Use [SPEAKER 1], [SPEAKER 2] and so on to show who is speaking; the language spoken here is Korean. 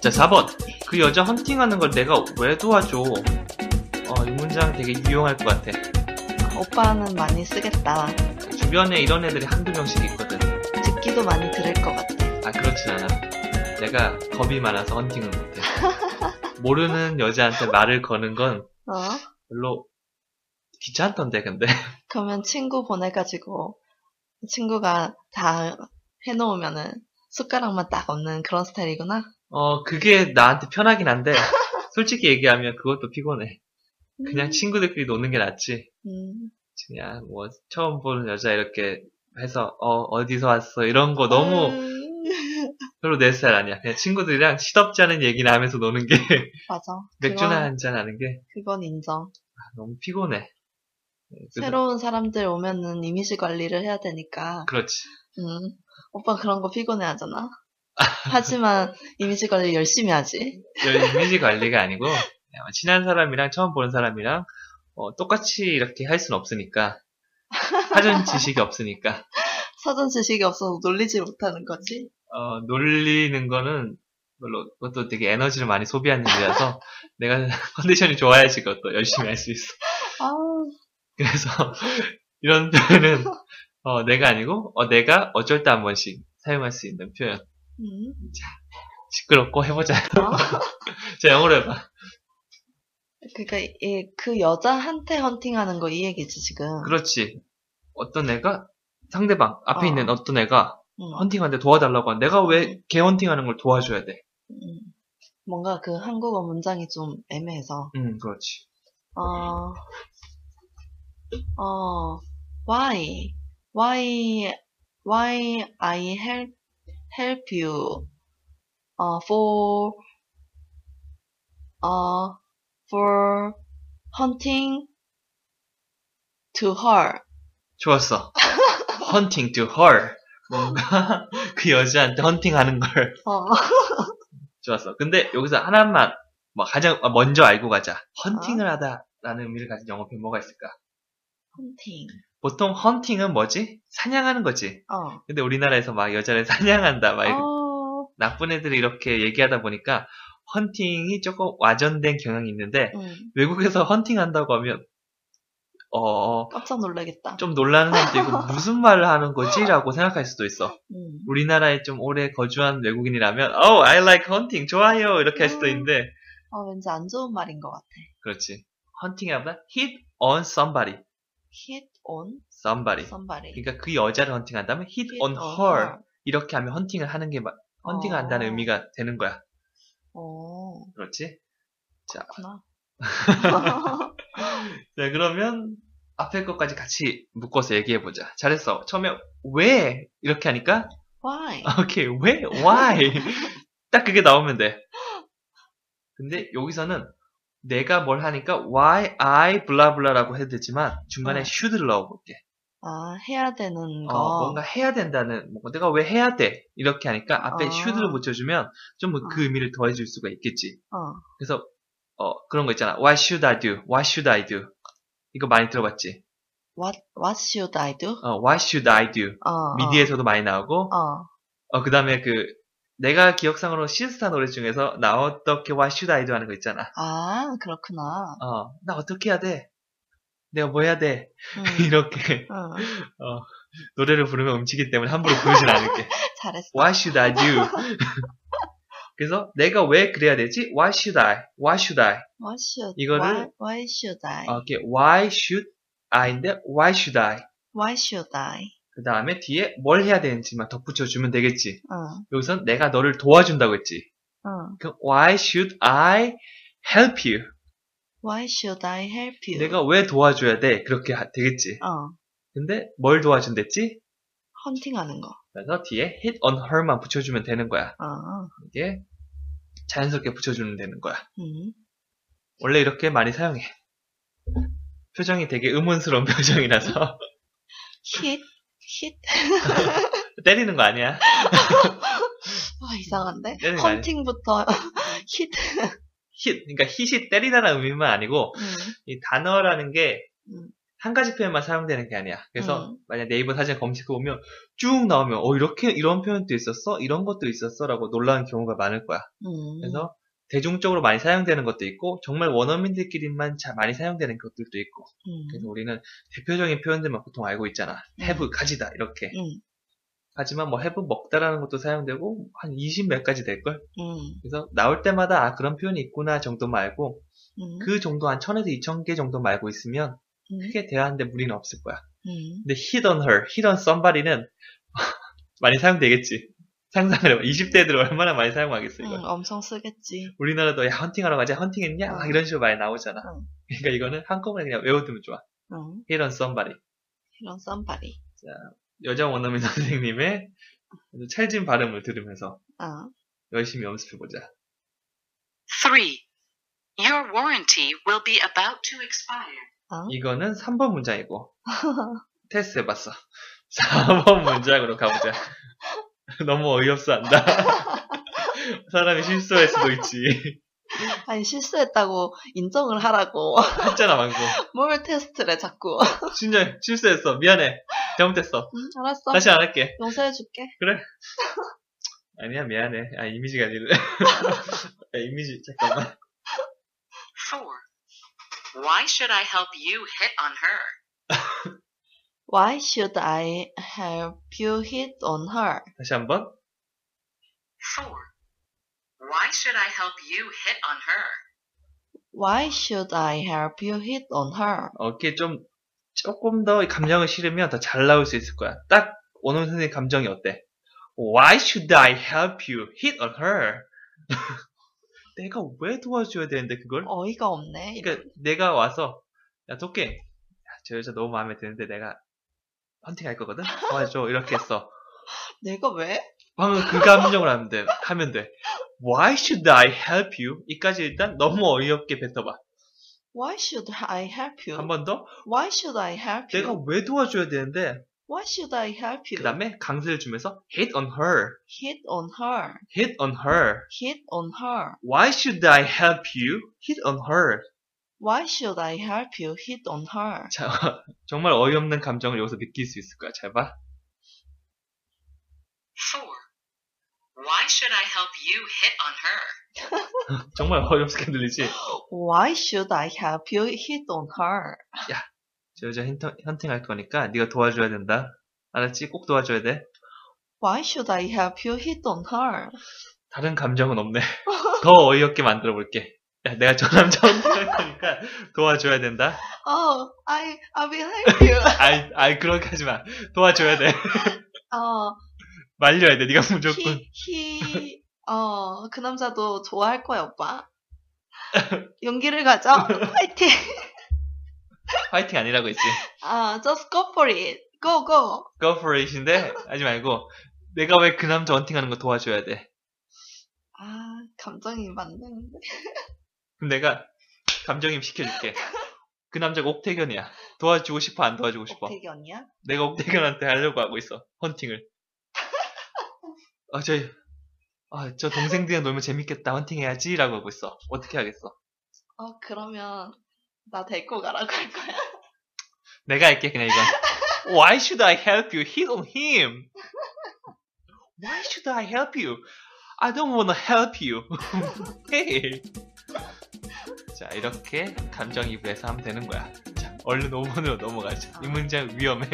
[SPEAKER 1] 자, 4번. 그 여자 헌팅하는 걸 내가 왜 도와줘? 어, 이 문장 되게 유용할 것 같아.
[SPEAKER 2] 오빠는 많이 쓰겠다.
[SPEAKER 1] 주변에 이런 애들이 한두 명씩 있거든.
[SPEAKER 2] 듣기도 많이 들을 것 같아.
[SPEAKER 1] 아, 그렇진 않아. 내가 겁이 많아서 헌팅을 못해. 모르는 여자한테 말을 거는 건
[SPEAKER 2] 어?
[SPEAKER 1] 별로 귀찮던데, 근데.
[SPEAKER 2] 그러면 친구 보내가지고 친구가 다 해놓으면은 숟가락만 딱 얹는 그런 스타일이구나.
[SPEAKER 1] 어, 그게 나한테 편하긴 한데, 솔직히 얘기하면 그것도 피곤해. 그냥 친구들끼리 노는 게 낫지.
[SPEAKER 2] 음.
[SPEAKER 1] 그냥 뭐, 처음 보는 여자 이렇게 해서, 어, 어디서 왔어. 이런 거 너무
[SPEAKER 2] 음.
[SPEAKER 1] 별로 내 스타일 아니야. 그냥 친구들이랑 시덥지 않은 얘기나 하면서 노는 게,
[SPEAKER 2] 맞아.
[SPEAKER 1] 맥주나
[SPEAKER 2] 그건,
[SPEAKER 1] 한잔 하는 게 아,
[SPEAKER 2] 그건 인정.
[SPEAKER 1] 너무 피곤해. 그래서-
[SPEAKER 2] 새로운 사람들 오면은 이미지 관리를 해야 되니까.
[SPEAKER 1] 그렇지.
[SPEAKER 2] 음. 오빠 그런 거 피곤해 하잖아. 하지만 이미지 관리 열심히 하지.
[SPEAKER 1] 여기 이미지 관리가 아니고 그냥 친한 사람이랑 처음 보는 사람이랑 어, 똑같이 이렇게 할 수는 없으니까 사전 지식이 없으니까
[SPEAKER 2] 사전 지식이 없어서 놀리지 못하는 거지.
[SPEAKER 1] 어, 놀리는 거는 별로 그것도 되게 에너지를 많이 소비하는 일이라서 내가 컨디션이 좋아야지 그것도 열심히 할 수 있어.
[SPEAKER 2] 아,
[SPEAKER 1] 그래서 이런 표현은 어, 내가 아니고 어, 내가 어쩔 때 한 번씩 사용할 수 있는 표현.
[SPEAKER 2] 음.
[SPEAKER 1] 시끄럽고 해보자.
[SPEAKER 2] 어?
[SPEAKER 1] 자 영어로 해봐.
[SPEAKER 2] 그러니까 이- 그 여자한테 헌팅하는 거 이 얘기지 지금.
[SPEAKER 1] 그렇지. 어떤 애가 상대방 앞에
[SPEAKER 2] 어.
[SPEAKER 1] 있는 어떤 애가
[SPEAKER 2] 음.
[SPEAKER 1] 헌팅하는데 도와달라고 하는데 내가 왜 걔 헌팅하는 걸 도와줘야 돼?
[SPEAKER 2] 음. 뭔가 그 한국어 문장이 좀 애매해서.
[SPEAKER 1] 음, 그렇지.
[SPEAKER 2] 어, 어, why, why, why I help, help you, 어, for, 어, for hunting to her.
[SPEAKER 1] 좋았어. 헌팅 to her. 뭔가 그 여자한테 헌팅하는 걸
[SPEAKER 2] 어,
[SPEAKER 1] 좋았어. 근데 여기서 하나만 뭐 가장 먼저 알고 가자. 헌팅을 하다라는 의미를 가진 영어 표현 뭐가 있을까?
[SPEAKER 2] hunting.
[SPEAKER 1] 보통 헌팅은 뭐지? 사냥하는 거지.
[SPEAKER 2] 어,
[SPEAKER 1] 근데 우리나라에서 막 여자를 사냥한다 막 이렇게
[SPEAKER 2] 어,
[SPEAKER 1] 나쁜 애들이 이렇게 얘기하다 보니까 헌팅이 조금 와전된 경향이 있는데
[SPEAKER 2] 음,
[SPEAKER 1] 외국에서 헌팅한다고 하면 어
[SPEAKER 2] 깜짝 놀라겠다.
[SPEAKER 1] 좀 놀라는 사람도 있고 무슨 말을 하는 거지라고 생각할 수도 있어.
[SPEAKER 2] 음,
[SPEAKER 1] 우리나라에 좀 오래 거주한 외국인이라면 oh I like hunting 좋아요 이렇게 할 수도
[SPEAKER 2] 음.
[SPEAKER 1] 있는데
[SPEAKER 2] 어, 왠지 안 좋은 말인 것 같아.
[SPEAKER 1] 그렇지 헌팅하다 hit on somebody
[SPEAKER 2] hit on
[SPEAKER 1] somebody
[SPEAKER 2] somebody.
[SPEAKER 1] 그러니까 그 여자를 헌팅한다면 hit,
[SPEAKER 2] hit
[SPEAKER 1] on her 이렇게 하면 헌팅을 하는 게 마- 헌팅한다는
[SPEAKER 2] 어.
[SPEAKER 1] 의미가 되는 거야.
[SPEAKER 2] 어,
[SPEAKER 1] 그렇지?
[SPEAKER 2] 그렇구나.
[SPEAKER 1] 네 그러면 앞에 것까지 같이 묶어서 얘기해 보자. 잘했어. 처음에 왜 이렇게 하니까
[SPEAKER 2] why?
[SPEAKER 1] 오케이, 왜? Why? 딱 그게 나오면 돼. 근데 여기서는 내가 뭘 하니까 why I 블라블라라고 해도 되지만 중간에
[SPEAKER 2] 어.
[SPEAKER 1] should를 넣어볼게.
[SPEAKER 2] 아, 해야 되는 거.
[SPEAKER 1] 어, 뭔가 해야 된다는, 뭔가 내가 왜 해야 돼? 이렇게 하니까 앞에
[SPEAKER 2] 아.
[SPEAKER 1] should를 붙여주면 좀 그
[SPEAKER 2] 어.
[SPEAKER 1] 의미를 더해줄 수가 있겠지.
[SPEAKER 2] 어,
[SPEAKER 1] 그래서 어, 그런 거 있잖아. What should I do? What should I do? 이거 많이 들어봤지?
[SPEAKER 2] what, what should I do?
[SPEAKER 1] 어, what should I do?
[SPEAKER 2] 어, 어,
[SPEAKER 1] 미디에서도 많이 나오고
[SPEAKER 2] 어,
[SPEAKER 1] 어, 그 다음에 그, 내가 기억상으로 시스타 노래 중에서 나 어떻게 와 슈다이도 하는 거 있잖아.
[SPEAKER 2] 아, 그렇구나.
[SPEAKER 1] 어, 나 어떻게 해야 돼? 내가 뭐 해야 돼?
[SPEAKER 2] 응,
[SPEAKER 1] 이렇게
[SPEAKER 2] 음.
[SPEAKER 1] 어,
[SPEAKER 2] 응,
[SPEAKER 1] 노래를 부르면 움직이기 때문에 함부로 부르진 않을게.
[SPEAKER 2] 잘했어.
[SPEAKER 1] What should I do? 그래서 내가 왜 그래야 되지? Why should I? Why should I?
[SPEAKER 2] What should,
[SPEAKER 1] 이거를-
[SPEAKER 2] why, why should I?
[SPEAKER 1] 어, 이렇게 Why should I인데 Why should I?
[SPEAKER 2] Why should I?
[SPEAKER 1] 그 다음에 뒤에 뭘 해야 되는지만 덧붙여주면 되겠지.
[SPEAKER 2] 응,
[SPEAKER 1] 여기선 내가 너를 도와준다고 했지.
[SPEAKER 2] 응.
[SPEAKER 1] 그럼 Why should I help you?
[SPEAKER 2] Why should I help you?
[SPEAKER 1] 내가 왜 도와줘야 돼? 그렇게 하- 되겠지.
[SPEAKER 2] 어,
[SPEAKER 1] 근데 뭘 도와준댔지?
[SPEAKER 2] 헌팅하는 거.
[SPEAKER 1] 그래서 뒤에 hit on her만 붙여주면 되는 거야.
[SPEAKER 2] 어, 어,
[SPEAKER 1] 이게 자연스럽게 붙여주면 되는 거야.
[SPEAKER 2] 음.
[SPEAKER 1] 원래 이렇게 많이 사용해. 표정이 되게 의문스러운 표정이라서
[SPEAKER 2] hit, hit.
[SPEAKER 1] 때리는 거 아니야.
[SPEAKER 2] 와, 아, 이상한데?
[SPEAKER 1] 때리는 거 아니야.
[SPEAKER 2] 헌팅부터 hit.
[SPEAKER 1] hit 그러니까 hit이 때리다라는 의미만 아니고
[SPEAKER 2] 음,
[SPEAKER 1] 이 단어라는 게
[SPEAKER 2] 음.
[SPEAKER 1] 한 가지 표현만 사용되는 게 아니야. 그래서
[SPEAKER 2] 음.
[SPEAKER 1] 만약 네이버 사진 검색해 보면 쭉 나오면 어 이렇게 이런 표현도 있었어, 이런 것도 있었어라고 놀라는 경우가 많을 거야.
[SPEAKER 2] 음.
[SPEAKER 1] 그래서 대중적으로 많이 사용되는 것도 있고 정말 원어민들끼리만 자- 많이 사용되는 것들도 있고
[SPEAKER 2] 음.
[SPEAKER 1] 그래서 우리는 대표적인 표현들만 보통 알고 있잖아.
[SPEAKER 2] 음.
[SPEAKER 1] have 가지다 이렇게.
[SPEAKER 2] 음.
[SPEAKER 1] 하지만 뭐 have 먹다라는 것도 사용되고 한 20 몇 가지 될 걸.
[SPEAKER 2] 음.
[SPEAKER 1] 그래서 나올 때마다 아 그런 표현이 있구나 정도만 알고
[SPEAKER 2] 음.
[SPEAKER 1] 그 정도 한 1000에서 2000개 정도만 알고 있으면
[SPEAKER 2] 음.
[SPEAKER 1] 크게 대화하는데 무리는 없을 거야.
[SPEAKER 2] 음.
[SPEAKER 1] 근데 hit on her, hit on somebody는 많이 사용되겠지. 상상을 해봐. 20대들 얼마나 많이 사용하겠어, 이걸.
[SPEAKER 2] 음, 엄청 쓰겠지.
[SPEAKER 1] 우리나라도 야, 헌팅하러 가자, 헌팅했냐? 막 이런 식으로 많이 나오잖아.
[SPEAKER 2] 음.
[SPEAKER 1] 그러니까 이거는 한꺼번에 그냥 외워두면 좋아.
[SPEAKER 2] 음.
[SPEAKER 1] hit on somebody.
[SPEAKER 2] 이런 썸바리.
[SPEAKER 1] 여자 원어민 선생님의 아주 찰진 발음을 들으면서
[SPEAKER 2] 아.
[SPEAKER 1] 열심히 연습해보자.
[SPEAKER 3] 3. Your warranty will be about to expire.
[SPEAKER 1] 이거는 3번 문장이고. 테스트 해봤어. 4번 문장으로 가보자. 너무 어이없어 한다. 사람이 실수할 수도 있지.
[SPEAKER 2] 아니, 실수했다고 인정을 하라고.
[SPEAKER 1] 했잖아, 방금.
[SPEAKER 2] 뭘 테스트를 해, 자꾸.
[SPEAKER 1] 심장 실수했어. 미안해. 잘못했어.
[SPEAKER 2] 음, 알았어.
[SPEAKER 1] 다시 안 할게.
[SPEAKER 2] 용서해줄게.
[SPEAKER 1] 아니야, 미안해. 아, 이미지가 아니래. 야, 이미지, 잠깐만.
[SPEAKER 3] 4. Why should I help you hit on her?
[SPEAKER 2] Why should I help you hit on her?
[SPEAKER 1] 다시 한 번.
[SPEAKER 3] 4. Why should I help you hit on her?
[SPEAKER 2] Why should I help you hit on her?
[SPEAKER 1] 어깨 좀, 조금 더 감정을 실으면 더 잘 나올 수 있을 거야. 딱, 원어민 선생님 감정이 어때? Why should I help you hit on her? 내가 왜 도와줘야 되는데, 그걸?
[SPEAKER 2] 어이가 없네.
[SPEAKER 1] 그러니까 내가 와서 야 도깨 야, 저 여자 너무 마음에 드는데 내가 헌팅할 거거든 도와줘 이렇게 했어
[SPEAKER 2] 내가 왜?
[SPEAKER 1] 방금 그 감정을 하면 돼 하면 돼 Why should I help you? 이까지 일단 너무 어이없게 뱉어봐
[SPEAKER 2] Why should I help you?
[SPEAKER 1] 한 번 더
[SPEAKER 2] Why should I help you?
[SPEAKER 1] 내가 왜 도와줘야 되는데
[SPEAKER 2] Why should I help you?
[SPEAKER 1] 그 다음에 강세를 주면서 hit on her
[SPEAKER 2] hit on her.
[SPEAKER 1] hit on her
[SPEAKER 2] hit on her.
[SPEAKER 1] Why should I help you? hit on her
[SPEAKER 2] Why should I help you? hit on her.
[SPEAKER 1] 자, 정말 어이없는 감정을 여기서 느낄 수 있을 거야 잘봐
[SPEAKER 3] 4. Why should I help you hit on her?
[SPEAKER 1] 정말 어이없게 들리지
[SPEAKER 2] Why should I help you? hit on her.
[SPEAKER 1] 저 여자 헌팅, 헌팅할 거니까 네가 도와줘야 된다. 알았지? 꼭 도와줘야 돼.
[SPEAKER 2] Why should I help you? hit on her.
[SPEAKER 1] 다른 감정은 없네. 더 어이없게 만들어 볼게. 야, 내가 저 남자 헌팅할 거니까 도와줘야 된다.
[SPEAKER 2] Oh, I I will help you.
[SPEAKER 1] 아이, 아이 그렇게 하지 마. 도와줘야 돼.
[SPEAKER 2] 어,
[SPEAKER 1] 말려야 돼. 네가 무조건.
[SPEAKER 2] he he. 어, 그 남자도 좋아할 거야, 오빠. 용기를 가져. 화이팅.
[SPEAKER 1] 화이팅 아니라고 했지.
[SPEAKER 2] 아, just go for it. Go go.
[SPEAKER 1] go for it인데 하지 말고 내가 왜 그 남자 헌팅하는 거 도와줘야 돼.
[SPEAKER 2] 아, 감정이 맞는데.
[SPEAKER 1] 그럼 내가 감정임 시켜줄게. 그 남자가 옥태견이야. 도와주고 싶어 안 도와주고 싶어?
[SPEAKER 2] 옥태견이야?
[SPEAKER 1] 내가 옥대견한테 하려고 하고 있어. 헌팅을. 아, 저, 아, 저 동생들이랑 놀면 재밌겠다. 헌팅해야지. 라고 하고 있어. 어떻게 하겠어?
[SPEAKER 2] 어, 그러면 나 데리고 가라고 할 거야.
[SPEAKER 1] 내가 할게, 그냥 이건. Why should I help you? Hit on him. Why should I help you? I don't wanna help you. hey. 자, 이렇게 감정이입해서 하면 되는 거야. 자, 얼른 5번으로 넘어가자. 이 문장 위험해.